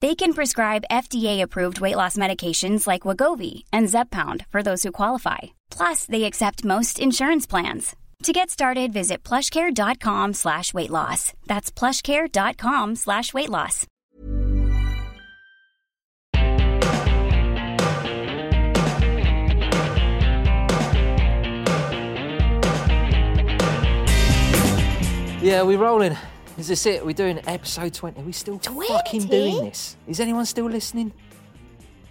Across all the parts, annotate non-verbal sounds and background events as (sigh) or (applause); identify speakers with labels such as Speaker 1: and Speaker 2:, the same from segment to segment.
Speaker 1: They can prescribe FDA-approved weight loss medications like Wagovi and Zepbound for those who qualify. Plus, they accept most insurance plans. To get started, visit plushcare.com slash weight loss. That's plushcare.com slash weight loss.
Speaker 2: Yeah, we're rolling. Is this it? We're doing episode 20. we still fucking
Speaker 3: 20?
Speaker 2: doing this. Is anyone still listening?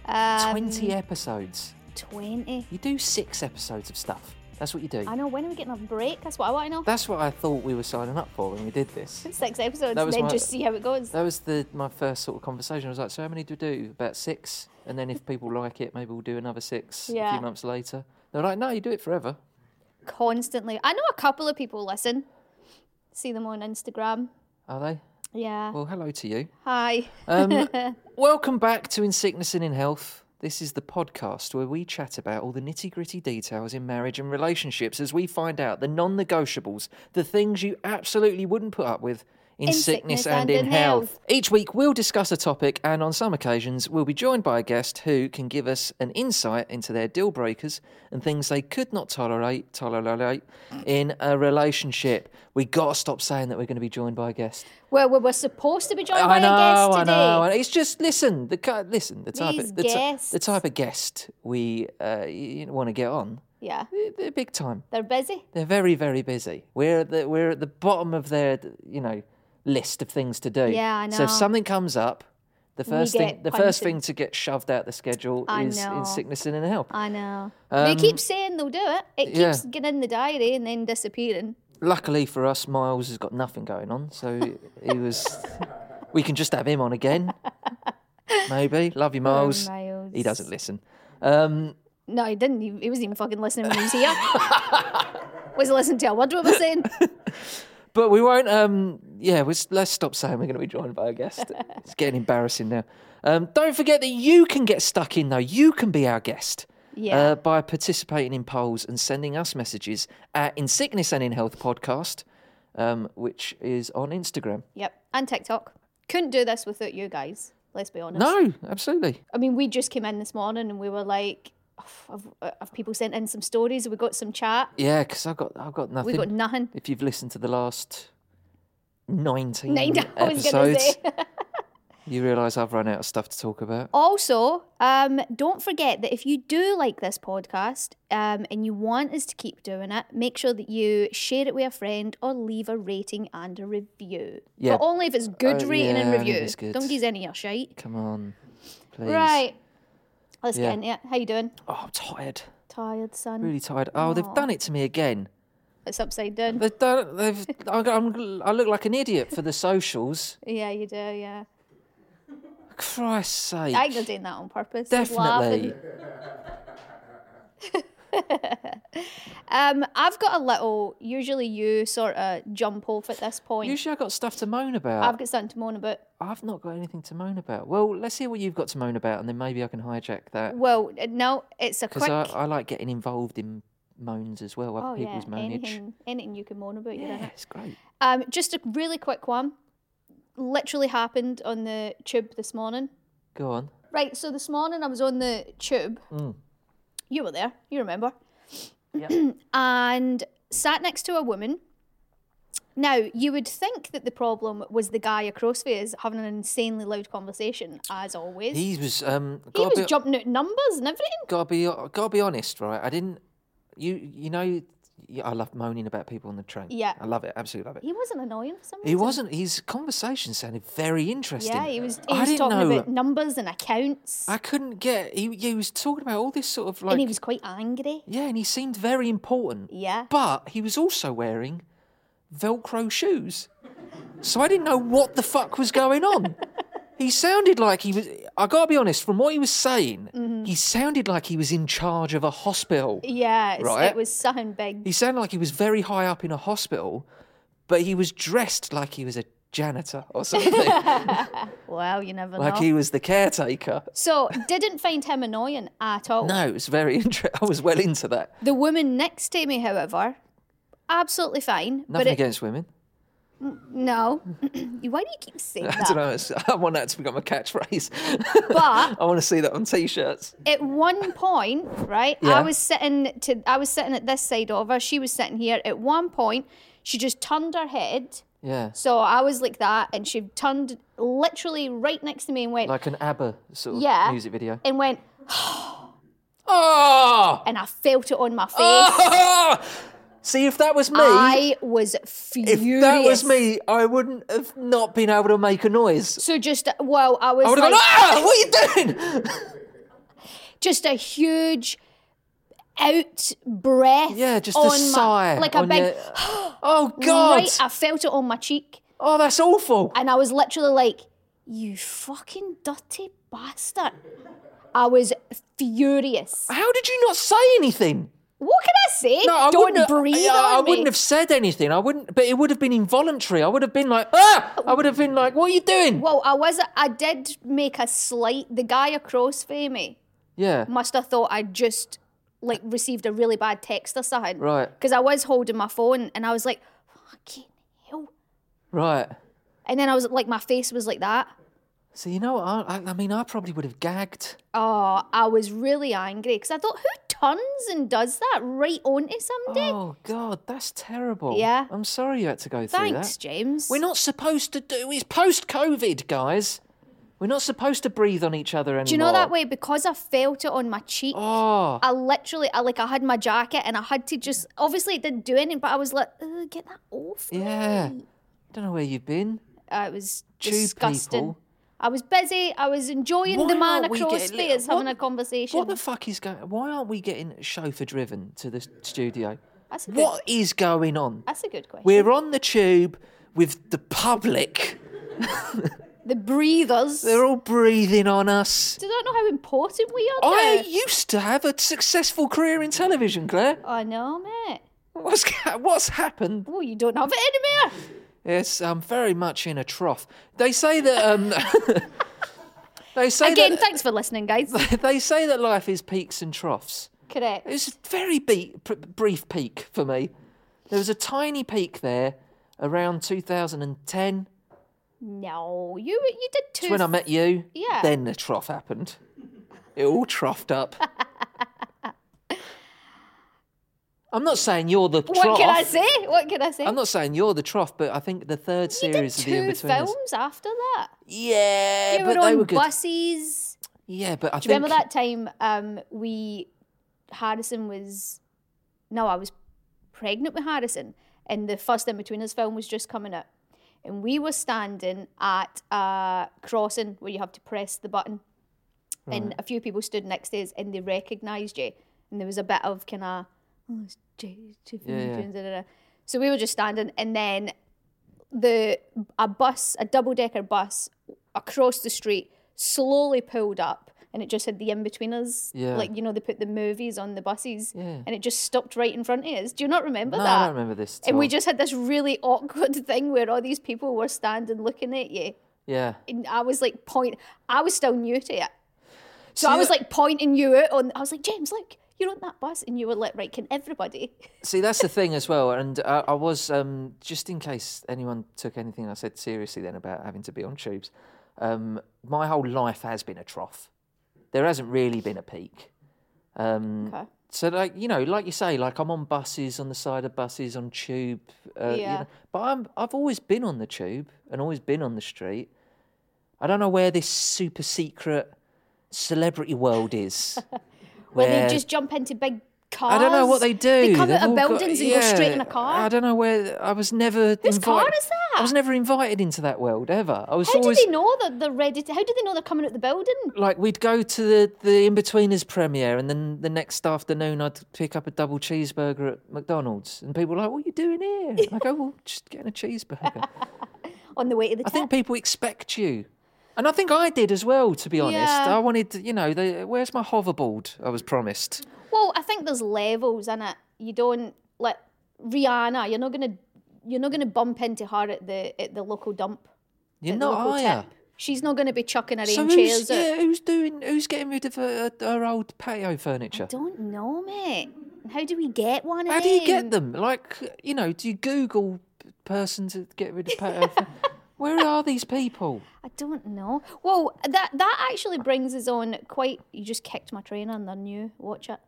Speaker 3: Um,
Speaker 2: 20 episodes.
Speaker 3: 20.
Speaker 2: You do six episodes of stuff. That's what you do.
Speaker 3: I know. When are we getting a break? That's what I want to know.
Speaker 2: That's what I thought we were signing up for when we did this.
Speaker 3: Six episodes,
Speaker 2: That
Speaker 3: and
Speaker 2: was
Speaker 3: then
Speaker 2: my-
Speaker 3: just see how it goes.
Speaker 2: That was the my first sort of conversation. I was like, so how many do we do? About six. And then if people like it, maybe we'll do another six a
Speaker 3: Yeah.
Speaker 2: few months later. They're like, no, you do it forever.
Speaker 3: Constantly. I know a couple of people listen. See them on Instagram.
Speaker 2: Are they?
Speaker 3: Yeah.
Speaker 2: Well, hello to you.
Speaker 3: Hi.
Speaker 2: (laughs) Um, welcome back to In Sickness and in Health. This is the podcast where we chat about all the nitty gritty details in marriage and relationships as we find out the non negotiables, the things you absolutely wouldn't put up with. In, sickness, and, in, health. Each week we'll discuss a topic, and on some occasions we'll be joined by a guest who can give us an insight into their deal breakers and things they could not tolerate, tolerate in a relationship. We gotta stop saying that we're going to be joined by a guest.
Speaker 3: (laughs) Well, we we're supposed to be joined by
Speaker 2: I know,
Speaker 3: a guest
Speaker 2: I
Speaker 3: today.
Speaker 2: know. I know. It's just listen the ki- listen the type
Speaker 3: These
Speaker 2: of the, ti- the
Speaker 3: guests.
Speaker 2: type of guest we uh, want to get on.
Speaker 3: Yeah.
Speaker 2: They're, they're big time.
Speaker 3: They're busy.
Speaker 2: They're very very busy. We're at the we're at the bottom of their you know list of things to do.
Speaker 3: Yeah, I
Speaker 2: So if
Speaker 3: know.
Speaker 2: something comes up, the
Speaker 3: We
Speaker 2: first thing
Speaker 3: get
Speaker 2: the first
Speaker 3: punted.
Speaker 2: thing to get shoved out the schedule
Speaker 3: I
Speaker 2: is
Speaker 3: know. Uh.
Speaker 2: in sickness and in health.
Speaker 3: I know.
Speaker 2: Um,
Speaker 3: they keep saying they'll do it. It
Speaker 2: yeah.
Speaker 3: keeps getting in the diary and then disappearing.
Speaker 2: Luckily for us, Miles has got nothing going on, so he was. We can just have him on
Speaker 3: (laughs)
Speaker 2: again. Maybe. Love you, Miles.
Speaker 3: Miles.
Speaker 2: He doesn't listen. Um,
Speaker 3: No, he didn't. He, he wasn't even fucking listening when he
Speaker 2: (laughs)
Speaker 3: was here. was he listening to a word we were saying?
Speaker 2: but we won't. Um, yeah, we let's stop saying we're going to be joined by a guest.
Speaker 3: (laughs)
Speaker 2: it's getting embarrassing now. Um, don't forget that you can get stuck in, though. You can be our guest.
Speaker 3: Yeah.
Speaker 2: Uh, by participating in polls and sending us messages at In Sickness and In Health podcast, um, which is on Instagram.
Speaker 3: Yep. And TikTok. Couldn't do this without you guys. Let's be honest.
Speaker 2: No, absolutely.
Speaker 3: I mean, we just came in this morning and we were like, "Oh, have, have people sent in some stories? Have we got some chat?
Speaker 2: Yeah, because I've got I've got nothing.
Speaker 3: We got nothing.
Speaker 2: if you've listened to the last 19
Speaker 3: Nine, I was going to
Speaker 2: episodes,
Speaker 3: say. (laughs)
Speaker 2: you realise I've run out of stuff to talk about.
Speaker 3: Also, um, don't forget that if you do like this podcast um, and you want us to keep doing it, make sure that you share it with a friend or leave a rating and a review.
Speaker 2: Yeah.
Speaker 3: But only if it's good
Speaker 2: Uh, yeah,
Speaker 3: rating and
Speaker 2: only if
Speaker 3: review.
Speaker 2: it's good.
Speaker 3: Don't use any of your shite.
Speaker 2: Come on, please.
Speaker 3: Right. Let's
Speaker 2: Yeah.
Speaker 3: get into it. How you doing?
Speaker 2: Oh, I'm tired.
Speaker 3: Tired, son.
Speaker 2: Really tired. Oh, they've done it to me again.
Speaker 3: It's upside down.
Speaker 2: They've done.
Speaker 3: (laughs)
Speaker 2: They've. I, I'm, I look like an idiot for the socials.
Speaker 3: Yeah, you do, yeah.
Speaker 2: Christ's sake.
Speaker 3: I think they're doing that on purpose. Just
Speaker 2: Definitely.
Speaker 3: laughing. (laughs) Um, I've got a little, usually you sort of jump off at this point.
Speaker 2: Usually I've got stuff to moan about.
Speaker 3: I've got something to moan about.
Speaker 2: I've not got anything to moan about. Well, let's hear what you've got to moan about, and then maybe I can hijack that.
Speaker 3: Well, uh, no, it's a
Speaker 2: Because
Speaker 3: quick.
Speaker 2: I, I like getting involved in moans as well, other
Speaker 3: oh yeah,
Speaker 2: people's moanage.
Speaker 3: anything, anything you can moan about, you're in
Speaker 2: Yeah,
Speaker 3: it.
Speaker 2: it's great.
Speaker 3: Um, just a really quick one. literally happened on the tube this morning.
Speaker 2: Go on.
Speaker 3: Right, so this morning I was on the tube.
Speaker 2: Mm.
Speaker 3: You were there, you remember. (clears throat) and sat next to a woman. Now, you would think that the problem was the guy across from us having an insanely loud conversation, as always. He,
Speaker 2: He was um.
Speaker 3: was
Speaker 2: Gotta be,
Speaker 3: jumping out numbers and everything.
Speaker 2: gotta be gotta be honest, right? I didn't. You you know, you- I love moaning about people on the train.
Speaker 3: Yeah.
Speaker 2: I love it. Absolutely love it.
Speaker 3: He wasn't annoying for some reason.
Speaker 2: He wasn't. His conversation sounded very interesting.
Speaker 3: Yeah, he was, he
Speaker 2: I
Speaker 3: was
Speaker 2: didn't
Speaker 3: talking
Speaker 2: know.
Speaker 3: about numbers and accounts.
Speaker 2: I couldn't get. He, he was talking about all this sort of like.
Speaker 3: and he was quite angry.
Speaker 2: yeah, and he seemed very important.
Speaker 3: Yeah.
Speaker 2: But he was also wearing Velcro shoes. So I didn't know what the fuck was going
Speaker 3: (laughs)
Speaker 2: on. he sounded like he was. I gotta be honest, from what he was saying,
Speaker 3: Mm-hmm.
Speaker 2: he sounded like he was in charge of a hospital.
Speaker 3: Yeah, it's-
Speaker 2: Right.
Speaker 3: it was something big.
Speaker 2: He sounded like he was very high up in a hospital, but he was dressed like he was a janitor
Speaker 3: (laughs)
Speaker 2: or something,
Speaker 3: Wow, you never
Speaker 2: like
Speaker 3: know.
Speaker 2: he was the caretaker.
Speaker 3: So, didn't find him annoying at all.
Speaker 2: No, it was very interesting. I was well into that.
Speaker 3: The woman next to me, however, absolutely fine.
Speaker 2: Nothing
Speaker 3: but it,
Speaker 2: against women. (laughs)
Speaker 3: No. (clears throat) Why do you keep saying
Speaker 2: I don't
Speaker 3: that?
Speaker 2: know. It's, I want that to become a catchphrase. (laughs)
Speaker 3: But
Speaker 2: I want to see that on t-shirts.
Speaker 3: at one point, right,
Speaker 2: Yeah.
Speaker 3: I was sitting to I was sitting at this side of her, she was sitting here. At one point, she just turned her head.
Speaker 2: Yeah,
Speaker 3: So I was like that, and she turned literally right next to me and went
Speaker 2: like an ABBA sort of
Speaker 3: Yeah.
Speaker 2: music video.
Speaker 3: and went,
Speaker 2: Oh!
Speaker 3: and I felt it on my face.
Speaker 2: Ah! (laughs) See, if that was Oh, me,
Speaker 3: I was
Speaker 2: if
Speaker 3: furious.
Speaker 2: that was me, I wouldn't have not been able to make a noise.
Speaker 3: So just well, I was
Speaker 2: I would have
Speaker 3: like,
Speaker 2: gone, ah, what are you doing? (laughs)
Speaker 3: just a huge out breath.
Speaker 2: Yeah, just a
Speaker 3: on my-
Speaker 2: sigh.
Speaker 3: like a
Speaker 2: on
Speaker 3: big. (gasps)
Speaker 2: your- oh, God.
Speaker 3: Right, I felt it on my cheek,
Speaker 2: Oh, that's awful.
Speaker 3: and I was literally like, "You fucking dirty bastard!" I was furious.
Speaker 2: How did you not say anything?
Speaker 3: What can I say?
Speaker 2: No, I
Speaker 3: Don't
Speaker 2: wouldn't have,
Speaker 3: breathe
Speaker 2: I, I
Speaker 3: on me.
Speaker 2: wouldn't have said anything. I wouldn't, but it would have been involuntary. I would have been like, ah! I would have been like, what are you doing?
Speaker 3: Well, I was. I did make a slight. The guy across from me
Speaker 2: Yeah.
Speaker 3: must have thought I just like received a really bad text or something.
Speaker 2: Right.
Speaker 3: Because I was holding my phone, and I was like, "Fucking hell!"
Speaker 2: Right.
Speaker 3: And then I was like, my face was like that.
Speaker 2: So you know what? I, I, I mean, I probably would have gagged.
Speaker 3: Oh, I was really angry because I thought, who turns and does that right onto somebody?
Speaker 2: Oh God, that's terrible.
Speaker 3: Yeah.
Speaker 2: I'm sorry you had to go through
Speaker 3: Thanks,
Speaker 2: that.
Speaker 3: James.
Speaker 2: We're not supposed to do. It's post-COVID, guys. We're not supposed to breathe on each other anymore.
Speaker 3: Do you know that way? Because I felt it on my cheek.
Speaker 2: Oh,
Speaker 3: I literally, I like, I had my jacket and I had to just. Obviously, it didn't do anything, but I was like, "Ugh, get that off. me."
Speaker 2: yeah. Don't know where you've been.
Speaker 3: Uh, it was
Speaker 2: Two
Speaker 3: disgusting.
Speaker 2: people.
Speaker 3: I was busy. I was enjoying the
Speaker 2: Why
Speaker 3: man
Speaker 2: aren't we
Speaker 3: across
Speaker 2: getting-
Speaker 3: me as having
Speaker 2: what
Speaker 3: a
Speaker 2: the-
Speaker 3: conversation.
Speaker 2: What the fuck is going? Why aren't we getting chauffeur-driven to the studio?
Speaker 3: that's a good,
Speaker 2: What is going on?
Speaker 3: That's a good question.
Speaker 2: We're on the tube with the public.
Speaker 3: the breathers.
Speaker 2: They're all breathing on us.
Speaker 3: Do they not know how important we are?
Speaker 2: I
Speaker 3: now?
Speaker 2: used to have a successful career in television, Claire.
Speaker 3: I know, mate.
Speaker 2: What's (laughs) ga- what's happened?
Speaker 3: Oh, you don't have it anymore.
Speaker 2: Yes, I'm very much in a trough. They say that. Um, (laughs) they say
Speaker 3: Again,
Speaker 2: that.
Speaker 3: thanks for
Speaker 2: (laughs)
Speaker 3: listening, guys.
Speaker 2: they say that life is peaks and troughs. It
Speaker 3: Correct.
Speaker 2: was a very be- pr- brief peak for me. There was a tiny peak there around 2010.
Speaker 3: No, you you did
Speaker 2: It's
Speaker 3: two.
Speaker 2: when I met you.
Speaker 3: Yeah.
Speaker 2: Then the trough happened. It all troughed
Speaker 3: (laughs)
Speaker 2: up. I'm not saying you're the trough.
Speaker 3: What can I say? What can I say?
Speaker 2: I'm not saying you're the trough, but I think the third
Speaker 3: you did
Speaker 2: series of the In
Speaker 3: two
Speaker 2: Betweeners.
Speaker 3: films after that.
Speaker 2: Yeah,
Speaker 3: you
Speaker 2: but
Speaker 3: were
Speaker 2: they
Speaker 3: on
Speaker 2: were good.
Speaker 3: buses.
Speaker 2: Yeah, but I
Speaker 3: Do you remember
Speaker 2: think
Speaker 3: that time um, we Harrison was no, I was pregnant with Harrison, and the first in between us film was just coming up, and we were standing at a crossing where you have to press the button, and a few people stood next to us and they recognised you, and there was a bit of kind of oh, it's James, James,
Speaker 2: yeah.
Speaker 3: James, da, da, da." so we were just standing, and then the a bus, a double decker bus across the street slowly pulled up and it just had the in betweeners.
Speaker 2: Yeah.
Speaker 3: Like, you know, they put the movies on the buses
Speaker 2: Yeah.
Speaker 3: and it just stopped right in front of us. Do you not remember
Speaker 2: No,
Speaker 3: that?
Speaker 2: I don't remember this. at
Speaker 3: And we
Speaker 2: all.
Speaker 3: just had this really awkward (laughs) thing where all these people were standing looking at you.
Speaker 2: yeah.
Speaker 3: And I was like point I was still new to it. So I
Speaker 2: See,
Speaker 3: was
Speaker 2: that-
Speaker 3: like pointing you out on I was like, James, look, you're on that bus and you were like, right, can everybody?
Speaker 2: See, that's the thing as well. And I, I was, um, just in case anyone took anything I said seriously then about having to be on tubes, um, my whole life has been a trough. There hasn't really been a peak. Um,
Speaker 3: Okay.
Speaker 2: So, like, you know, like you say, like I'm on buses, on the side of buses, on tube. Uh, you
Speaker 3: Yeah.
Speaker 2: know, but I'm, I've always been on the tube and always been on the street. I don't know where this super secret celebrity world is.
Speaker 3: Where
Speaker 2: where-
Speaker 3: they just jump into big cars.
Speaker 2: I don't know what they do.
Speaker 3: They come
Speaker 2: They've
Speaker 3: out
Speaker 2: all
Speaker 3: of
Speaker 2: got-
Speaker 3: buildings and go straight in a
Speaker 2: yeah,
Speaker 3: car.
Speaker 2: I don't know where I was never.
Speaker 3: Whose
Speaker 2: invited,
Speaker 3: car is that?
Speaker 2: I was never invited into that world ever. I was
Speaker 3: How
Speaker 2: always
Speaker 3: do they know that they're ready? To, how do they know they're coming out the building?
Speaker 2: like we'd go to the the in betweeners premiere, and then the next afternoon I'd pick up a double cheeseburger at McDonald's, and people were like, "What are you doing here?" And I go, "Well, just getting a cheeseburger."
Speaker 3: on the way to the
Speaker 2: I
Speaker 3: tip. (laughs)
Speaker 2: think people expect you. And I think I did as well, to be honest.
Speaker 3: Yeah.
Speaker 2: I wanted, you know, the, where's my hoverboard I was promised?
Speaker 3: well, I think there's levels in it. You don't like Rihanna. You're not gonna you're not gonna bump into her at the at the local dump.
Speaker 2: You're
Speaker 3: at the
Speaker 2: not,
Speaker 3: local
Speaker 2: are ya?
Speaker 3: tip. She's not gonna be chucking her own
Speaker 2: who's,
Speaker 3: chairs.
Speaker 2: yeah,
Speaker 3: out.
Speaker 2: who's doing? Who's getting rid of her, her old patio furniture?
Speaker 3: Don't know, mate. How do we get one?
Speaker 2: How
Speaker 3: of
Speaker 2: do you
Speaker 3: them?
Speaker 2: get them? Like, you know, do you Google p- person to get rid of
Speaker 3: (laughs)
Speaker 2: patio? fur- Where are these people?
Speaker 3: I don't know. Well, that that actually brings us on quite. You just kicked my trainer and they're new. Watch it.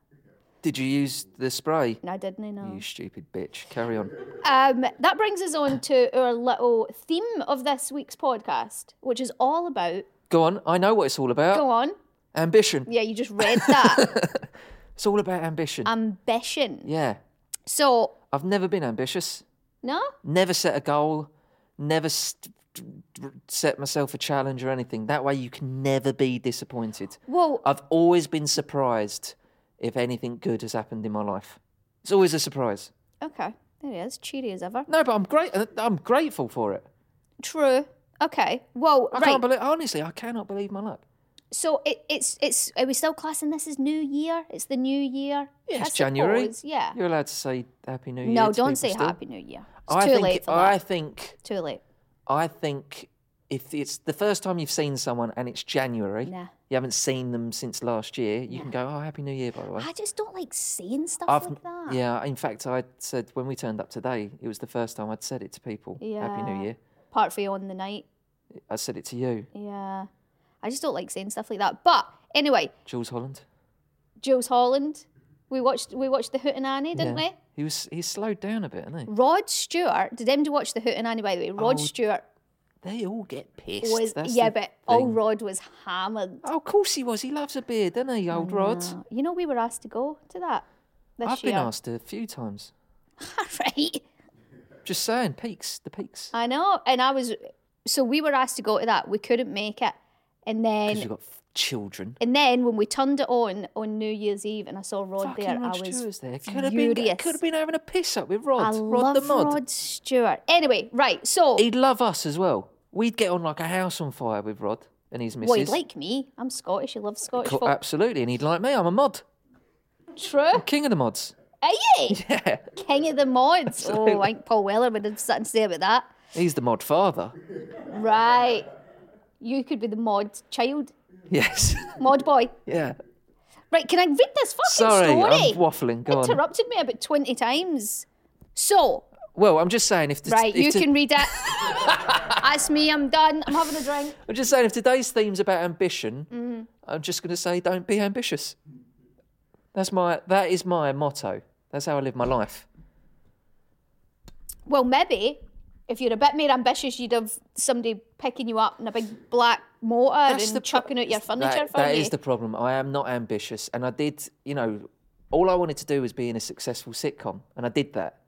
Speaker 2: Did you use the spray?
Speaker 3: No, I didn't know.
Speaker 2: You stupid bitch. Carry on.
Speaker 3: Um, that brings us on to our little theme of this week's podcast, which is all about.
Speaker 2: Go on. I know what it's all about.
Speaker 3: Go on.
Speaker 2: Ambition.
Speaker 3: Yeah, you just read that.
Speaker 2: (laughs) It's all about ambition.
Speaker 3: Um, Ambition.
Speaker 2: yeah.
Speaker 3: So,
Speaker 2: I've never been ambitious.
Speaker 3: no?
Speaker 2: Never set a goal. Never st- set myself a challenge or anything. That way, you can never be disappointed.
Speaker 3: Well,
Speaker 2: Oh, I've always been surprised if anything good has happened in my life. It's always a surprise.
Speaker 3: okay. There he is, cheery as ever.
Speaker 2: No, but I'm great. I'm grateful for it.
Speaker 3: True. Okay. Well,
Speaker 2: I
Speaker 3: right.
Speaker 2: can't believe. Honestly, I cannot believe my luck.
Speaker 3: so it, it's it's are we still classing this as New Year? It's the New Year.
Speaker 2: Yeah,
Speaker 3: I
Speaker 2: it's January.
Speaker 3: suppose, Yeah.
Speaker 2: You're allowed to say Happy New Year.
Speaker 3: No,
Speaker 2: to people
Speaker 3: don't say
Speaker 2: still.
Speaker 3: Happy New Year. It's
Speaker 2: I
Speaker 3: too
Speaker 2: think.
Speaker 3: late for
Speaker 2: I
Speaker 3: that.
Speaker 2: think.
Speaker 3: Too late.
Speaker 2: I think. If it's the first time you've seen someone and it's January,
Speaker 3: Nah.
Speaker 2: you haven't seen them since last year, you can go, "Oh, Happy New Year!" By the way,
Speaker 3: I just don't like saying stuff like that.
Speaker 2: Yeah, in fact, I said when we turned up today, it was the first time I'd said it to people. Happy
Speaker 3: Yeah.
Speaker 2: New Year.
Speaker 3: Part for you on the night.
Speaker 2: I said it to you,
Speaker 3: Yeah. I just don't like saying stuff like that. But anyway,
Speaker 2: Jules Holland.
Speaker 3: Jules Holland. We watched we watched the Hootenanny, didn't
Speaker 2: Yeah.
Speaker 3: we?
Speaker 2: He was he slowed down a bit, didn't he?
Speaker 3: Rod Stewart. Did anybody watch the Hootenanny by the way? Rod
Speaker 2: Oh,
Speaker 3: Stewart
Speaker 2: They all get pissed.
Speaker 3: was
Speaker 2: That's
Speaker 3: yeah,
Speaker 2: the
Speaker 3: but all
Speaker 2: thing.
Speaker 3: Rod was hammered.
Speaker 2: Oh, of course he was. He loves a beer, doesn't he, old Rod?
Speaker 3: Uh, you know, we were asked to go to that this
Speaker 2: I've
Speaker 3: year.
Speaker 2: been asked a few times.
Speaker 3: (laughs) right.
Speaker 2: Just saying, peaks, the peaks.
Speaker 3: I know. And I was so we were asked to go to that. We couldn't make it. And then
Speaker 2: Because you've got f- children.
Speaker 3: and then when we turned it on on New Year's Eve and I saw Rod
Speaker 2: Fucking
Speaker 3: there,
Speaker 2: Rod
Speaker 3: I was
Speaker 2: Stewart's there. Could have, been,
Speaker 3: furious.
Speaker 2: could have been having a piss up with Rod.
Speaker 3: I
Speaker 2: Rod the
Speaker 3: love
Speaker 2: mod.
Speaker 3: Rod Stewart. Anyway, right. So
Speaker 2: He'd love us as well. We'd get on like a house on fire with Rod and his missus.
Speaker 3: well, he'd like me. I'm Scottish. He loves Scottish
Speaker 2: Co- uh,
Speaker 3: folk.
Speaker 2: Absolutely, and he'd like me. I'm a mod.
Speaker 3: True.
Speaker 2: I'm king of the mods. (laughs)
Speaker 3: Are you?
Speaker 2: Yeah.
Speaker 3: King of the mods. Oh, I think Paul Weller would have something to say about that.
Speaker 2: He's the mod father.
Speaker 3: Right. You could be the mod child,
Speaker 2: Yes. (laughs)
Speaker 3: mod boy.
Speaker 2: yeah.
Speaker 3: Right, can I read this fucking
Speaker 2: Sorry,
Speaker 3: story?
Speaker 2: I'm waffling. Go on.
Speaker 3: Interrupted me about 20 times. So,
Speaker 2: Well, I'm just saying if the,
Speaker 3: right,
Speaker 2: if
Speaker 3: you
Speaker 2: to-
Speaker 3: can read
Speaker 2: (laughs)
Speaker 3: it. That's me, I'm done. I'm having a drink.
Speaker 2: I'm just saying if today's theme's about ambition,
Speaker 3: Mm-hmm.
Speaker 2: I'm just going to say don't be ambitious. That's my that is my motto. That's how I live my life.
Speaker 3: Well, maybe if you're a bit more ambitious, you'd have somebody picking you up in a big black motor and
Speaker 2: pro-
Speaker 3: chucking out your furniture
Speaker 2: that,
Speaker 3: for
Speaker 2: that
Speaker 3: you.
Speaker 2: is the problem. I am not ambitious, and I did, you know, all I wanted to do was be in a successful sitcom, and I did that.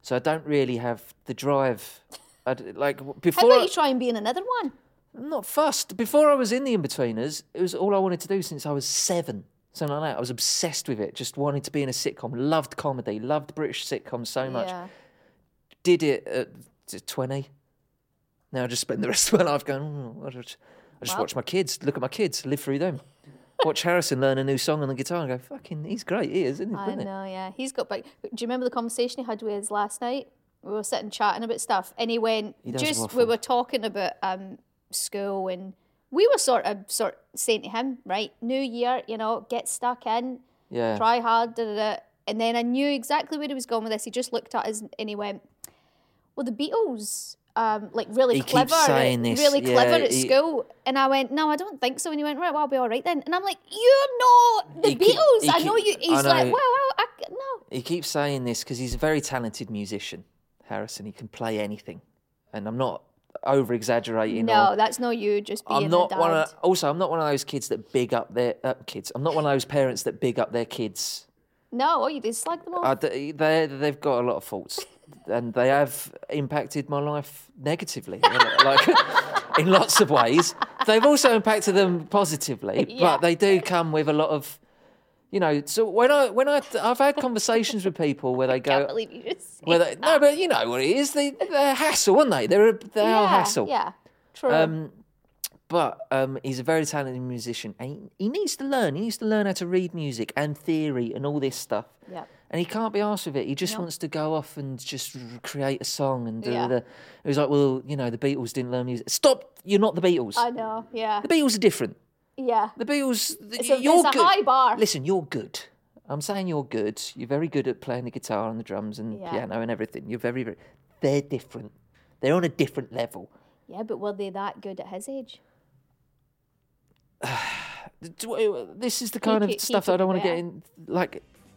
Speaker 2: So I don't really have the drive. I'd, like w-
Speaker 3: How
Speaker 2: before,
Speaker 3: about you try and be in another one?
Speaker 2: I'm not fussed. Before I was in the Inbetweeners, it was all I wanted to do since I was seven. Something like that. I was obsessed with it. Just wanted to be in a sitcom. Loved comedy. Loved British sitcoms so much.
Speaker 3: Yeah.
Speaker 2: Did it at t- twenty. Now I just spend the (laughs) rest of my life going. "Mm, I just, I just
Speaker 3: Well.
Speaker 2: watch my kids. Look at my kids. Live through
Speaker 3: (laughs)
Speaker 2: them. Watch Harrison learn a new song on the guitar and go, "Fucking, he's great. He is, isn't he?"
Speaker 3: I
Speaker 2: Brilliant."
Speaker 3: know, yeah. He's got big. Do you remember the conversation he had with us last night? We were sitting chatting about stuff, and he went,
Speaker 2: He does
Speaker 3: just we
Speaker 2: waffle.
Speaker 3: were talking about um, school, and we were sort of sort saying to him, right, new year, you know, get stuck in,
Speaker 2: Yeah.
Speaker 3: try hard, da, da, da. and then I knew exactly where he was going with this. He just looked at us and he went, "Well, the Beatles." Um, like really
Speaker 2: He keeps
Speaker 3: clever, at-
Speaker 2: saying this,
Speaker 3: really
Speaker 2: yeah,
Speaker 3: clever at
Speaker 2: he-
Speaker 3: school, and I went, "No, I don't think so." And he went, "Right, well, I'll be all right then." And I'm like, "You're not the
Speaker 2: He keep-
Speaker 3: Beatles.
Speaker 2: he
Speaker 3: I know
Speaker 2: keep-
Speaker 3: you."
Speaker 2: I
Speaker 3: He's like,
Speaker 2: know.
Speaker 3: "Wow, wow, I, c- no,
Speaker 2: He keeps saying this because he's a very talented musician, Harrison. He can play anything, and I'm not over exaggerating.
Speaker 3: no, that's not you. Just being
Speaker 2: I'm not
Speaker 3: a dad."
Speaker 2: one of also I'm not one of those kids that big up their uh, kids. I'm not one of those parents that big up their kids.
Speaker 3: no, all you did is slag them off.
Speaker 2: I d they they've got a lot of faults, and they have impacted my life negatively, you
Speaker 3: (laughs)
Speaker 2: know, like in lots of ways. They've also impacted them positively,
Speaker 3: Yeah.
Speaker 2: but they do come with a lot of. You know, so when I when I I've had conversations with people where they go,
Speaker 3: can't (laughs) believe you just. said
Speaker 2: Well, they, no, but you know what it is. They, they're a hassle, aren't they? They're a, they're a
Speaker 3: yeah,
Speaker 2: hassle.
Speaker 3: Yeah, true.
Speaker 2: Um, but um, he's a very talented musician, and he, he needs to learn. He needs to learn how to read music and theory and all this stuff.
Speaker 3: yeah,
Speaker 2: And he can't be arsed with it. He just wants to go off and just r- create a song. And
Speaker 3: Yeah.
Speaker 2: da, da, da. it was like, well, you know, the Beatles didn't learn music. Stop! You're not the Beatles.
Speaker 3: I know. Yeah,
Speaker 2: the Beatles are different.
Speaker 3: yeah.
Speaker 2: The Beatles. th-
Speaker 3: It's a-
Speaker 2: you're
Speaker 3: it's a
Speaker 2: good.
Speaker 3: high bar.
Speaker 2: Listen, you're good. I'm saying you're good. You're very good at playing the guitar and the drums and
Speaker 3: Yeah.
Speaker 2: piano and everything. You're very, very. They're different. They're on a different level.
Speaker 3: Yeah, but were they that good at his age?
Speaker 2: Do- This is the kind
Speaker 3: it-
Speaker 2: of
Speaker 3: keep
Speaker 2: stuff that I
Speaker 3: it
Speaker 2: don't want to
Speaker 3: there.
Speaker 2: get in. Like,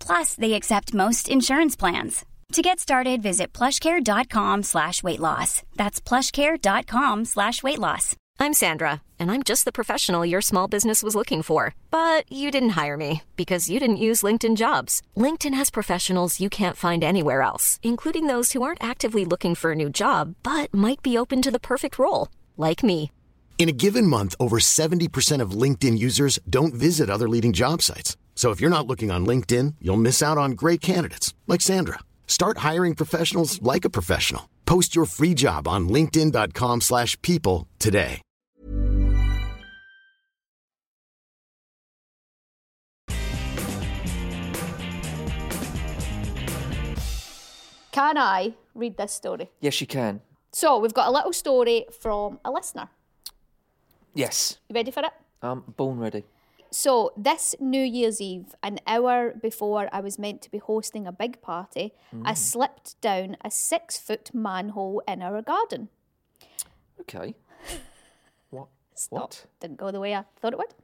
Speaker 1: Plus, they accept most insurance plans. To get started, visit plushcare.com slash weight loss. That's plushcare.com slash weight loss.
Speaker 4: I'm Sandra, and I'm just the professional your small business was looking for. But you didn't hire me because you didn't use LinkedIn jobs. LinkedIn has professionals you can't find anywhere else, including those who aren't actively looking for a new job but might be open to the perfect role, like me.
Speaker 5: In a given month, over 70% of LinkedIn users don't visit other leading job sites. So if you're not looking on LinkedIn, you'll miss out on great candidates like Sandra. Start hiring professionals like a professional. Post your free job on linkedin.com/people slash people today.
Speaker 3: can I read this story?
Speaker 2: Yes, you can.
Speaker 3: So we've got a little story from a listener.
Speaker 2: Yes,
Speaker 3: You ready for it?
Speaker 2: I'm born ready.
Speaker 3: So this New Year's Eve, an hour before I was meant to be hosting a big party, I slipped down a six-foot manhole in our garden.
Speaker 2: Okay.
Speaker 3: (laughs)
Speaker 2: What? What?
Speaker 3: Didn't go the way I thought it would.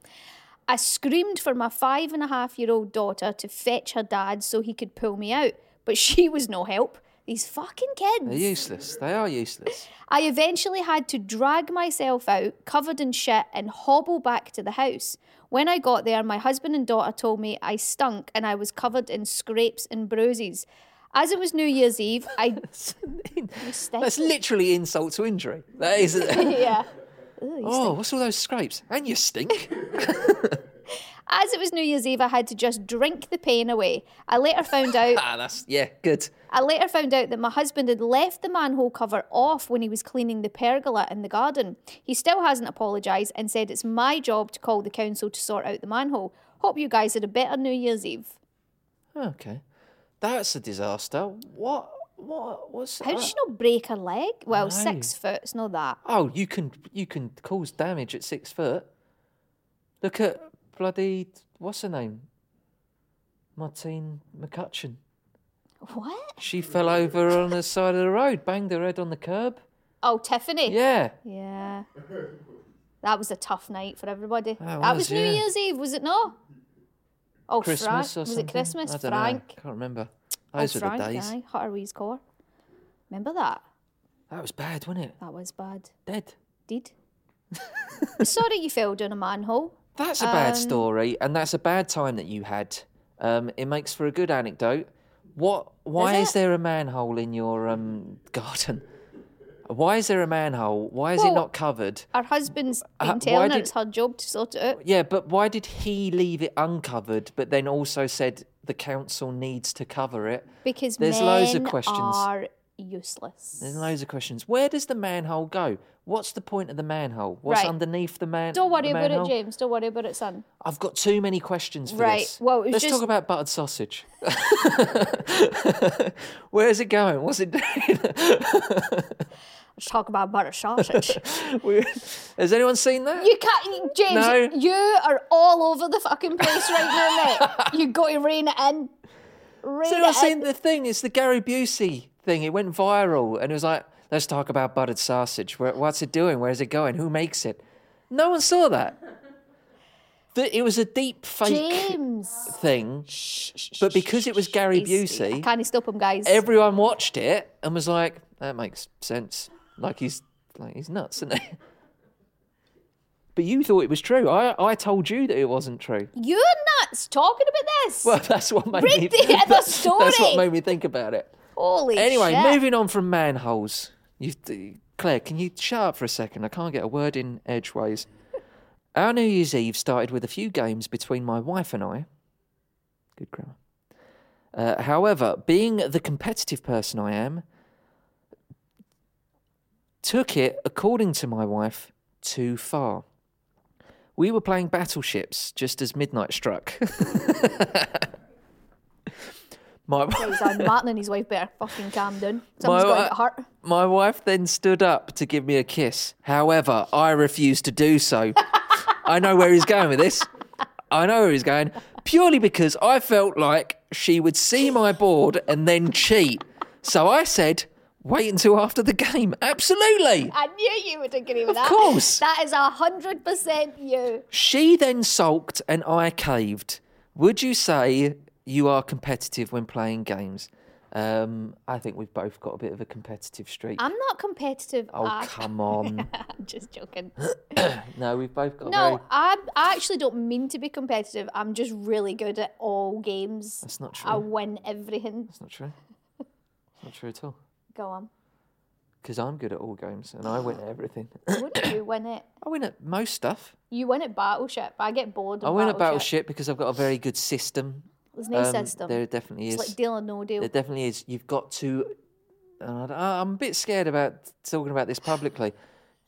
Speaker 3: I screamed for my five and a half year old daughter to fetch her dad so he could pull me out, but (laughs) she was no help. These fucking
Speaker 2: They're
Speaker 3: kids.
Speaker 2: useless. They are
Speaker 3: (laughs)
Speaker 2: useless.
Speaker 3: I eventually had to drag myself out, covered in shit, and hobble back to the house. When I got there, my husband and daughter told me I stunk and I was covered in scrapes and bruises. As it was New Year's Eve, I.
Speaker 2: That's literally insult to injury. That is.
Speaker 3: (laughs) yeah.
Speaker 2: oh, what's all those scrapes? And you
Speaker 3: (laughs)
Speaker 2: stink.
Speaker 3: As it was New Year's Eve, I had to just drink the pain away. I later found out
Speaker 2: ah, that's yeah, good.
Speaker 3: I later found out that my husband had left the manhole cover off when he was cleaning the pergola in the garden. He still hasn't apologised and said it's my job to call the council to sort out the manhole. Hope you guys had a better New Year's Eve.
Speaker 2: Okay, that's a disaster. What? What? What's?
Speaker 3: How did
Speaker 2: uh,
Speaker 3: she not break her leg? Well,
Speaker 2: No.
Speaker 3: six foot, it's not that.
Speaker 2: Oh, you can you can cause damage at six foot. Look at bloody what's her name, Martine McCutcheon.
Speaker 3: What?
Speaker 2: She fell over on the side of the road, banged her head on the curb.
Speaker 3: Oh, Tiffany.
Speaker 2: Yeah,
Speaker 3: Yeah. That was a tough night for everybody. That
Speaker 2: That
Speaker 3: was,
Speaker 2: was,
Speaker 3: New
Speaker 2: yeah.
Speaker 3: Year's Eve, was it not? Oh, Frank.
Speaker 2: Christmas or
Speaker 3: was
Speaker 2: something.
Speaker 3: it Christmas?
Speaker 2: I don't
Speaker 3: Frank.
Speaker 2: know. Can't remember.
Speaker 3: Oh,
Speaker 2: Those were
Speaker 3: Frank,
Speaker 2: the days.
Speaker 3: aye. Hutter Wee's core. Remember that?
Speaker 2: That was bad, wasn't it?
Speaker 3: That was bad.
Speaker 2: Dead. (laughs)
Speaker 3: Did. Sorry you fell down a manhole.
Speaker 2: That's a bad
Speaker 3: Um,
Speaker 2: story, and that's a bad time that you had. Um, it makes for a good anecdote. What? Why is,
Speaker 3: Does it?
Speaker 2: there a manhole in your um, garden? Why is there a manhole? Why is
Speaker 3: Well,
Speaker 2: it not covered?
Speaker 3: Her husband's been
Speaker 2: Uh, why
Speaker 3: telling her
Speaker 2: did-
Speaker 3: it's her job to sort it out.
Speaker 2: Yeah, but why did he leave it uncovered? But then also said the council needs to cover it.
Speaker 3: Because
Speaker 2: There's
Speaker 3: men
Speaker 2: loads of questions.
Speaker 3: are useless.
Speaker 2: There's loads of questions. Where does the manhole go? What's the point of the manhole? What's
Speaker 3: Right.
Speaker 2: underneath the man?
Speaker 3: Don't worry
Speaker 2: the
Speaker 3: about it,
Speaker 2: manhole?
Speaker 3: James. Don't worry about it, son.
Speaker 2: I've got too many questions for
Speaker 3: Right,
Speaker 2: this.
Speaker 3: well, it was
Speaker 2: let's
Speaker 3: just-
Speaker 2: talk about buttered sausage. (laughs) Where is it going? What's it (laughs) doing?
Speaker 3: Let's talk about
Speaker 2: (laughs)
Speaker 3: butter sausage.
Speaker 2: We- Has anyone seen that?
Speaker 3: you can't, James.
Speaker 2: No.
Speaker 3: You are all over the fucking place right now,
Speaker 2: (laughs)
Speaker 3: mate. You got to rein it in. Rein
Speaker 2: Has anyone
Speaker 3: it
Speaker 2: seen
Speaker 3: in.
Speaker 2: the thing? It's the Gary Busey thing. It went viral, and it was like, let's talk about buttered sausage. Where, what's it doing? Where's it going? Who makes it? No one saw
Speaker 3: (laughs)
Speaker 2: that. The- it was a deep fake
Speaker 3: James.
Speaker 2: thing, but because it was Gary
Speaker 3: He's- I
Speaker 2: Busey,
Speaker 3: can't stop him, guys.
Speaker 2: everyone watched it and was like, that makes sense. Like he's like he's nuts, isn't he? (laughs) But you thought it was true. I, I told you that it wasn't true.
Speaker 3: You're nuts talking about this.
Speaker 2: Well, (laughs) that's what made me.
Speaker 3: Read the other
Speaker 2: That's
Speaker 3: story.
Speaker 2: what made me think about it.
Speaker 3: Holy
Speaker 2: Anyway,
Speaker 3: shit.
Speaker 2: moving on from manholes. You, th- Claire, can you shut up for a second? I can't get a word in
Speaker 3: (laughs)
Speaker 2: edgeways. Our New Year's Eve started with a few games between my wife and I. Good grammar. Uh, however, being the competitive person I am, took it, according to my wife, too far. We were playing battleships just as midnight struck. (laughs) my
Speaker 3: Guys, uh, Martin and his wife better fucking calm down. Someone's
Speaker 2: My-
Speaker 3: going to get hurt.
Speaker 2: My wife then stood up to give me a kiss. However, I refused to do so. I know where he's going with this. I know where he's going. Purely because I felt like she would see my board and then cheat. So I said, wait until after the game. Absolutely.
Speaker 3: I knew you would agree with
Speaker 2: Of
Speaker 3: that.
Speaker 2: course.
Speaker 3: That is 100% you.
Speaker 2: She then sulked and I caved. Would you say you are competitive when playing games? Um, I think we've both got a bit of a competitive streak.
Speaker 3: I'm not competitive.
Speaker 2: oh,
Speaker 3: at-
Speaker 2: come
Speaker 3: (laughs)
Speaker 2: on.
Speaker 3: I'm just
Speaker 2: (gasps)
Speaker 3: joking.
Speaker 2: No, we've both got very...
Speaker 3: No, I, I actually don't mean to be competitive. I'm just really good at all games.
Speaker 2: That's not
Speaker 3: I
Speaker 2: true.
Speaker 3: win everything.
Speaker 2: That's not true. It's not true at all.
Speaker 3: Go on.
Speaker 2: Because I'm good at all games and I win at everything.
Speaker 3: Wouldn't (coughs) you win it?
Speaker 2: I win at most stuff.
Speaker 3: You win at Battleship. I get bored.
Speaker 2: I
Speaker 3: of
Speaker 2: win at Battleship because I've got a very good system.
Speaker 3: There's no
Speaker 2: Um,
Speaker 3: system.
Speaker 2: There definitely is.
Speaker 3: It's like deal or no deal.
Speaker 2: There definitely is. You've got to. And I, don't- I- I'm a bit scared about talking about this publicly.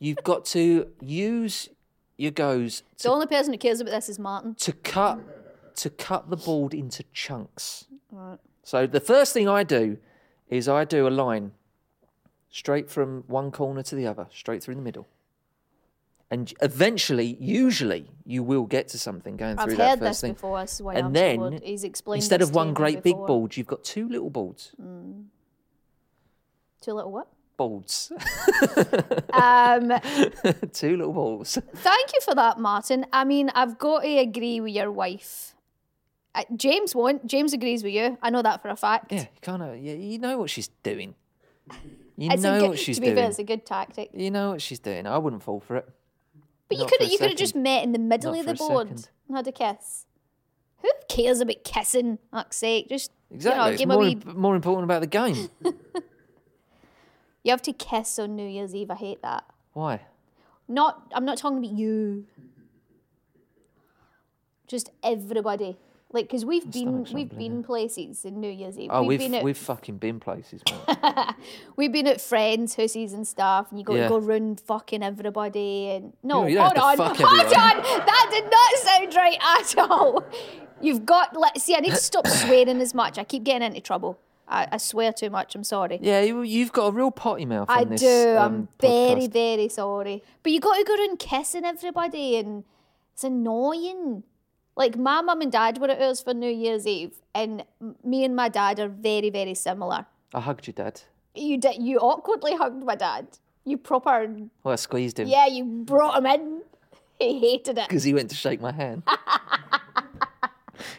Speaker 2: You've got to use your goes
Speaker 3: the only person who cares about this is Martin.
Speaker 2: to cut to cut the board into chunks. So the first thing I do is I do a line straight from one corner to the other, straight through the middle. And eventually, usually, you will get to something going
Speaker 3: I've
Speaker 2: through that
Speaker 3: heard
Speaker 2: first
Speaker 3: this
Speaker 2: thing.
Speaker 3: before. That's why
Speaker 2: and
Speaker 3: I'm so
Speaker 2: then,
Speaker 3: bored. He's explained
Speaker 2: instead
Speaker 3: this
Speaker 2: of
Speaker 3: to
Speaker 2: one
Speaker 3: me
Speaker 2: great big
Speaker 3: before. Mm.
Speaker 2: board, you've got two little boards.
Speaker 3: Two
Speaker 2: (laughs)
Speaker 3: little what? (laughs)
Speaker 2: Boards.
Speaker 3: Um,
Speaker 2: two little balls.
Speaker 3: Thank you for that, Martin. I mean, I've got to agree with your wife. Uh, James won't. James agrees with you. I know that for a fact.
Speaker 2: Yeah, you kind of. Yeah, you know what she's doing. You
Speaker 3: It's a
Speaker 2: know
Speaker 3: good-
Speaker 2: what she's
Speaker 3: to be
Speaker 2: doing.
Speaker 3: fair, it's a good tactic.
Speaker 2: You know what she's doing. I wouldn't fall for it.
Speaker 3: But you
Speaker 2: Not
Speaker 3: could
Speaker 2: for a
Speaker 3: have you could have just
Speaker 2: second.
Speaker 3: met in the middle
Speaker 2: Not
Speaker 3: of the
Speaker 2: for a
Speaker 3: board
Speaker 2: second.
Speaker 3: and had a kiss. Who cares about kissing? Fuck's sake, just
Speaker 2: Exactly.
Speaker 3: you know,
Speaker 2: it's
Speaker 3: give 'em a
Speaker 2: more,
Speaker 3: wee.
Speaker 2: imp- more important about the
Speaker 3: (laughs)
Speaker 2: game.
Speaker 3: You have to kiss on New Year's Eve. I hate that.
Speaker 2: Why?
Speaker 3: Not. I'm not talking about you. Just everybody. Like, because we've been
Speaker 2: stomach's
Speaker 3: we've
Speaker 2: rumbling
Speaker 3: been places in New Year's Eve.
Speaker 2: Oh, we've
Speaker 3: been
Speaker 2: we've,
Speaker 3: at
Speaker 2: fucking been places. mate. (laughs)
Speaker 3: We've been at friends' houses and stuff, and you got
Speaker 2: Yeah.
Speaker 3: to go round fucking everybody. And no,
Speaker 2: No, you don't
Speaker 3: hold
Speaker 2: have
Speaker 3: on,
Speaker 2: to
Speaker 3: hold
Speaker 2: fuck everyone.
Speaker 3: on, that did not sound right at all. You've got let see. I need
Speaker 2: (coughs)
Speaker 3: to stop swearing as much. I keep getting into trouble. I, I swear too much. I'm sorry.
Speaker 2: yeah, you, you've got a real potty mouth.
Speaker 3: I
Speaker 2: on this, um,
Speaker 3: do. I'm very,
Speaker 2: podcast.
Speaker 3: very sorry. But you got to go around kissing everybody, and it's annoying. Like my mum and dad were at ours for New Year's Eve, and m- me and my dad are very, very similar.
Speaker 2: I hugged your dad.
Speaker 3: You did. You awkwardly hugged my dad. You proper.
Speaker 2: Well, I squeezed (laughs) him
Speaker 3: Yeah, you brought him in. (laughs) He hated it.
Speaker 2: because he went to shake my
Speaker 3: (laughs)
Speaker 2: hand.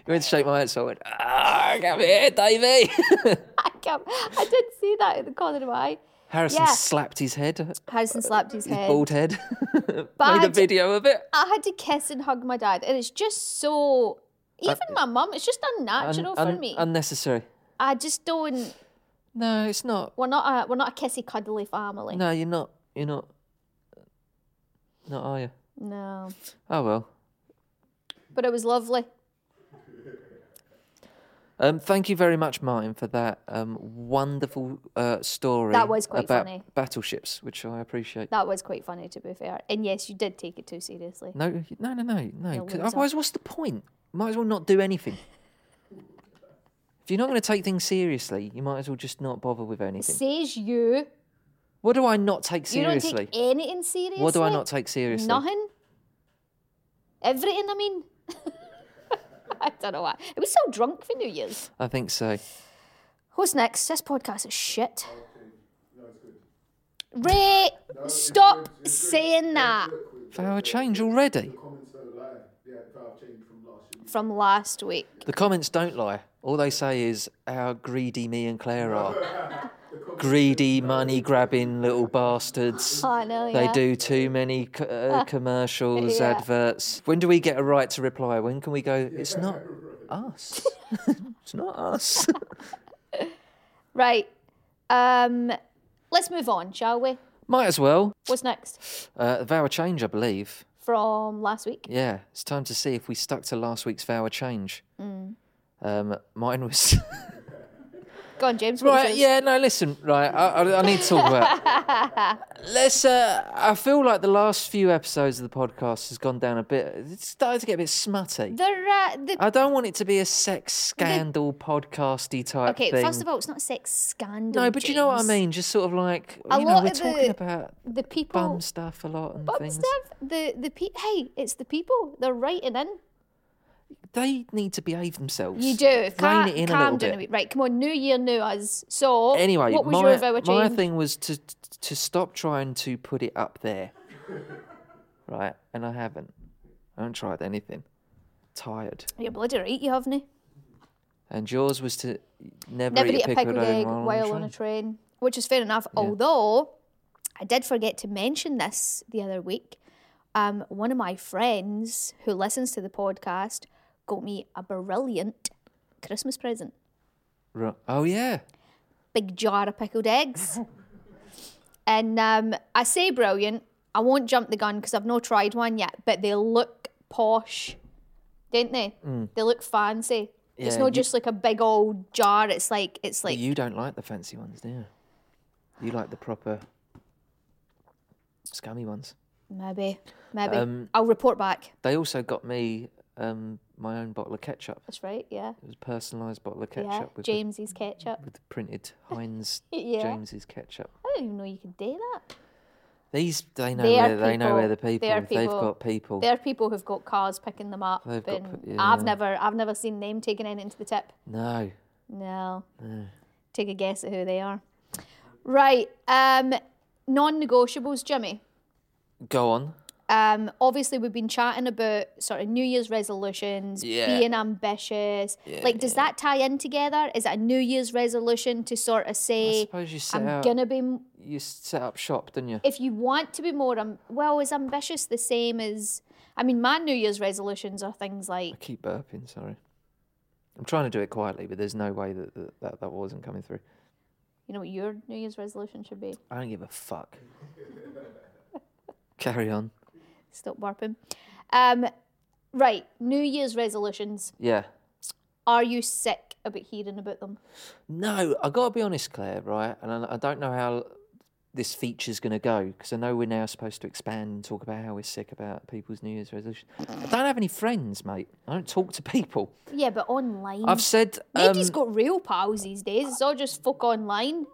Speaker 2: he went to shake my hand, so I went, "Ah, come here, Davey." (laughs)
Speaker 3: I, can't, I did see that in the corner of my eye.
Speaker 2: Harrison
Speaker 3: Yeah.
Speaker 2: slapped his head, his
Speaker 3: Harrison slapped his head.
Speaker 2: bald head. (laughs)
Speaker 3: I
Speaker 2: Made a
Speaker 3: had to-
Speaker 2: video of it.
Speaker 3: I had to kiss and hug my dad, and it's just so. Even my mum, it's just
Speaker 2: Uh, Un-
Speaker 3: unnatural
Speaker 2: un-
Speaker 3: for me.
Speaker 2: Unnecessary.
Speaker 3: I just don't.
Speaker 2: No, it's not.
Speaker 3: We're not a we're not a kissy cuddly family.
Speaker 2: No, you're not. You're not. Not are you?
Speaker 3: No.
Speaker 2: Oh well.
Speaker 3: But it was lovely.
Speaker 2: Um, thank you very much, Martin, for that um, wonderful uh, story.
Speaker 3: That was quite
Speaker 2: about
Speaker 3: funny.
Speaker 2: Battleships, which I appreciate.
Speaker 3: That was quite funny, to be fair. And yes, you did take it too seriously.
Speaker 2: No, y- no, no, no, no.
Speaker 3: You'll
Speaker 2: 'cause
Speaker 3: lose out.
Speaker 2: Otherwise, what's the point? Might as well not do anything. if you're not going to take things seriously, you might as well just not bother with anything.
Speaker 3: Says you.
Speaker 2: What do I not take seriously?
Speaker 3: You don't take anything seriously.
Speaker 2: What do I not take seriously?
Speaker 3: Nothing. Everything. I mean. (laughs) I don't know why. Are we still drunk for New Year's?
Speaker 2: I think so.
Speaker 3: Who's next? This podcast is shit. Ray, stop saying that
Speaker 2: Flower change already.
Speaker 3: from last week.
Speaker 2: The comments don't lie. All they say is how greedy me and (laughs) Claire are. greedy, money grabbing little
Speaker 3: (laughs)
Speaker 2: bastards.
Speaker 3: I know,
Speaker 2: They
Speaker 3: Oh, yeah.
Speaker 2: do too many c- uh,
Speaker 3: (laughs)
Speaker 2: commercials,
Speaker 3: Yeah.
Speaker 2: adverts. When do we get a right to reply? When can we go? It's (laughs) not us. (laughs) it's not us. (laughs)
Speaker 3: Right. Um, let's move on, shall we?
Speaker 2: Might as well.
Speaker 3: What's next
Speaker 2: Uh, vow change, I believe.
Speaker 3: from last week?
Speaker 2: Yeah, it's time to see if we stuck to last week's vow change.
Speaker 3: Mm.
Speaker 2: Um, mine was. (laughs)
Speaker 3: Go on, James. what was
Speaker 2: Right,
Speaker 3: yours?
Speaker 2: yeah, no, listen, right, I, I, I need to talk about.
Speaker 3: (laughs)
Speaker 2: Let's. Uh, I feel like the last few episodes of the podcast has gone down a bit. It's started to get a bit smutty.
Speaker 3: The, ra- the
Speaker 2: I don't want it to be a sex scandal podcasty type
Speaker 3: Okay,
Speaker 2: thing.
Speaker 3: first of all, it's not a sex scandal.
Speaker 2: no, but you know what I
Speaker 3: James.
Speaker 2: mean. Just sort of like
Speaker 3: A
Speaker 2: you know,
Speaker 3: lot
Speaker 2: we're
Speaker 3: of
Speaker 2: talking
Speaker 3: the-
Speaker 2: about
Speaker 3: The people.
Speaker 2: bum stuff a lot and
Speaker 3: bum
Speaker 2: things.
Speaker 3: stuff. The the pe- hey, it's the people. They're writing in.
Speaker 2: They need to behave themselves.
Speaker 3: You do.
Speaker 2: Rein
Speaker 3: Calm,
Speaker 2: it in a
Speaker 3: calm
Speaker 2: little
Speaker 3: down
Speaker 2: bit.
Speaker 3: a bit. Right, come on. New year, new us. So
Speaker 2: anyway,
Speaker 3: what was
Speaker 2: my,
Speaker 3: your vow
Speaker 2: my
Speaker 3: change?
Speaker 2: thing was to to stop trying to put it up
Speaker 3: (laughs)
Speaker 2: there, right? And I haven't. I haven't tried anything. Tired.
Speaker 3: You're bloody right, you haven't. you?
Speaker 2: And yours was to never,
Speaker 3: Never
Speaker 2: eat,
Speaker 3: eat a pickled egg
Speaker 2: while,
Speaker 3: while on a train, which is fair enough. Although I did forget to mention this the other week. Um, one of my friends who listens to the podcast got me a brilliant Christmas present.
Speaker 2: Ru- Oh yeah.
Speaker 3: big jar of pickled eggs. and um, I say brilliant. I won't jump the gun because I've not tried one yet, but they look posh, don't they? They look fancy. it's
Speaker 2: Yeah,
Speaker 3: not
Speaker 2: you-
Speaker 3: just like a big old jar. It's like it's
Speaker 2: But
Speaker 3: like
Speaker 2: you don't like the fancy ones, do you? You like the proper scummy ones.
Speaker 3: maybe maybe
Speaker 2: Um,
Speaker 3: I'll report back.
Speaker 2: They also got me um, my own bottle of ketchup. It
Speaker 3: That's right. Yeah.
Speaker 2: was a personalised bottle of ketchup
Speaker 3: yeah.
Speaker 2: with, the-
Speaker 3: James's ketchup.
Speaker 2: with the
Speaker 3: (laughs)
Speaker 2: printed Heinz
Speaker 3: Yeah.
Speaker 2: James's ketchup.
Speaker 3: I didn't even know you could do that.
Speaker 2: These they know
Speaker 3: They are
Speaker 2: where they know where the
Speaker 3: people.
Speaker 2: people.
Speaker 3: They are
Speaker 2: They've
Speaker 3: people.
Speaker 2: got people.
Speaker 3: There are people who've got cars picking them up,
Speaker 2: They've got
Speaker 3: and
Speaker 2: p-
Speaker 3: I've
Speaker 2: yeah.
Speaker 3: never, I've never seen them taking anything to the tip.
Speaker 2: No.
Speaker 3: No. Take a guess at who they are. Right. Um, non-negotiables, Jimmy.
Speaker 2: Go on.
Speaker 3: Um, obviously, we've been chatting about sort of New Year's resolutions,
Speaker 2: Yeah.
Speaker 3: being ambitious. like, does that tie in together? Is it a New Year's resolution to sort of
Speaker 2: I
Speaker 3: say,
Speaker 2: suppose you set
Speaker 3: I'm
Speaker 2: out
Speaker 3: gonna be? m-
Speaker 2: you set up shop, didn't you?
Speaker 3: If you want to be more, um, well, is ambitious the same as? I mean, my New Year's resolutions are things
Speaker 2: I
Speaker 3: like
Speaker 2: keep burping, sorry. I'm trying to do it quietly, but there's no way that that, that, that wasn't coming through.
Speaker 3: you know what your New Year's resolution should be.
Speaker 2: I don't give a
Speaker 3: (laughs)
Speaker 2: fuck. Carry on.
Speaker 3: Stop burping. Um, right. New Year's resolutions.
Speaker 2: Yeah.
Speaker 3: Are you sick about hearing about them?
Speaker 2: No, I gotta be honest, Claire, right? And I, I don't know how this feature's gonna go because I know we're now supposed to expand and talk about how we're sick about people's New Year's resolution. I don't have any friends, mate. I don't talk to people.
Speaker 3: Yeah, but online.
Speaker 2: I've said
Speaker 3: Nobody's
Speaker 2: um,
Speaker 3: got real pals these days. It's all just fuck online.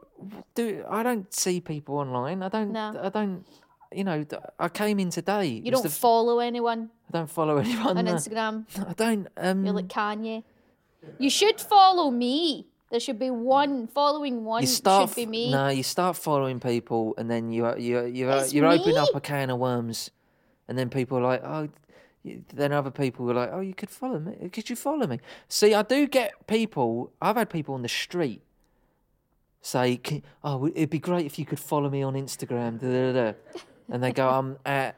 Speaker 2: do I don't see people online. I don't.
Speaker 3: No.
Speaker 2: I don't. You know, d- I came in today.
Speaker 3: You don't follow anyone
Speaker 2: I don't follow (laughs) anyone.
Speaker 3: on
Speaker 2: no.
Speaker 3: Instagram.
Speaker 2: I don't. Um,
Speaker 3: You're like Kanye. You should follow me. There should be one following one
Speaker 2: you start.
Speaker 3: should be me.
Speaker 2: No, you start following people, and then you you you
Speaker 3: It's
Speaker 2: you open up
Speaker 3: me.
Speaker 2: a can of worms, and then people are like, oh. you- Then other people were like, "Oh, you could follow me. Could you follow me?" See, I do get people. I've had people on the street say, "Can- "Oh, it'd be great if you could follow me on Instagram." Da, da, da. And they go, "I'm at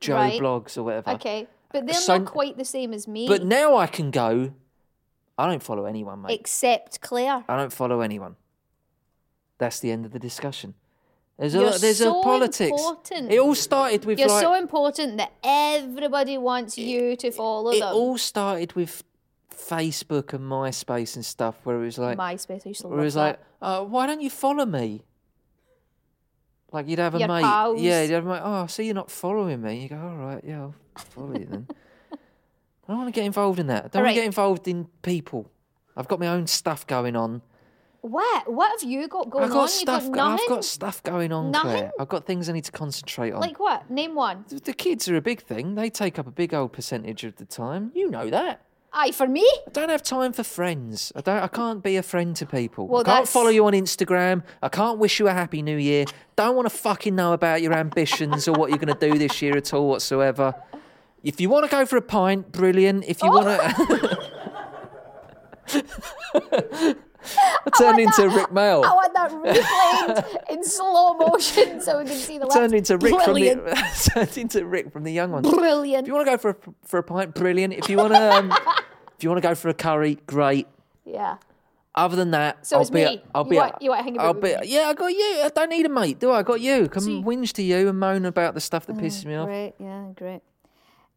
Speaker 2: Joe
Speaker 3: Right.
Speaker 2: Blogs or whatever."
Speaker 3: Okay, but they're
Speaker 2: So-
Speaker 3: not quite the same as me.
Speaker 2: But now I can go. I don't follow anyone, mate.
Speaker 3: except Claire.
Speaker 2: I don't follow anyone. That's the end of the discussion. There's a
Speaker 3: You're
Speaker 2: lot, there's
Speaker 3: so
Speaker 2: a politics.
Speaker 3: important.
Speaker 2: It all started with
Speaker 3: You're
Speaker 2: like
Speaker 3: so important that everybody wants you to follow
Speaker 2: it
Speaker 3: them.
Speaker 2: all started with Facebook and MySpace and stuff where it was like,
Speaker 3: MySpace. I used to
Speaker 2: where it
Speaker 3: love
Speaker 2: was
Speaker 3: that.
Speaker 2: like, uh, why don't you follow me? Like you'd have a
Speaker 3: Your
Speaker 2: mate,
Speaker 3: pals.
Speaker 2: yeah, you'd have a mate. Oh, I see you're not following me. You go, all right, yeah, I'll follow you
Speaker 3: (laughs)
Speaker 2: then. I don't want to get involved in that. I don't want
Speaker 3: Alright.
Speaker 2: to get involved in people. I've got my own stuff going on.
Speaker 3: what? What have you got going
Speaker 2: I've got
Speaker 3: on?
Speaker 2: stuff.
Speaker 3: you
Speaker 2: go-
Speaker 3: got nothing.
Speaker 2: I've got stuff going on, Claire.
Speaker 3: Nothing?
Speaker 2: I've got things I need to concentrate on.
Speaker 3: like what? Name one.
Speaker 2: Th- the kids are a big thing. They take up a big old percentage of the time. You know that.
Speaker 3: Aye, for me.
Speaker 2: I don't have time for friends. I don't. I can't be a friend to people.
Speaker 3: Well,
Speaker 2: I can't
Speaker 3: that's-
Speaker 2: follow you on Instagram. I can't wish you a happy new year. Don't want to fucking know about your ambitions or what you're going to do this year at all whatsoever. If you want to go for a pint, brilliant. If you want to.
Speaker 3: Oh.
Speaker 2: (laughs) I turned into Rick Mail.
Speaker 3: I want that
Speaker 2: (laughs)
Speaker 3: replayed in slow motion (laughs) so we can see the lips.
Speaker 2: turned into Rick
Speaker 3: Brilliant.
Speaker 2: from (laughs) the turned into Rick from the young ones. If
Speaker 3: Brilliant.
Speaker 2: you want to go for a, for a pint, brilliant. If you want to
Speaker 3: (laughs)
Speaker 2: um, if you want to go for a curry, great.
Speaker 3: Yeah.
Speaker 2: Other than that,
Speaker 3: So
Speaker 2: I'll
Speaker 3: it's
Speaker 2: be.
Speaker 3: me.
Speaker 2: I'll
Speaker 3: You
Speaker 2: be.
Speaker 3: want- you want to hang about
Speaker 2: I'll
Speaker 3: with
Speaker 2: be.
Speaker 3: me.
Speaker 2: Yeah, I got you. I don't need a mate, do I? I got you. Come whinge to you and moan about the stuff that pisses me off.
Speaker 3: Great. Yeah. Great.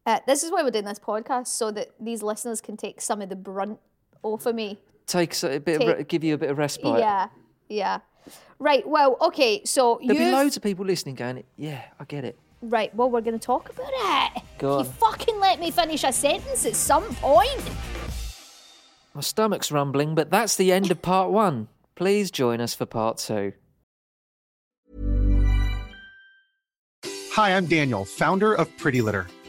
Speaker 3: Uh, this is why we're doing this podcast so that these listeners can take some of the brunt off of me.
Speaker 2: Takes a bit. of,
Speaker 3: Take-
Speaker 2: re- give you a bit of respite.
Speaker 3: Yeah. Yeah. Right. Well. Okay. So
Speaker 2: There'll
Speaker 3: you.
Speaker 2: be loads of people listening going, "Yeah, I get it."
Speaker 3: Right. Well, we're going to talk about it.
Speaker 2: Go
Speaker 3: you
Speaker 2: on.
Speaker 3: fucking let me finish a sentence at some point.
Speaker 2: My stomach's rumbling, but that's the end of part one. Please join us for part two.
Speaker 6: Hi, I'm Daniel, founder of Pretty Litter.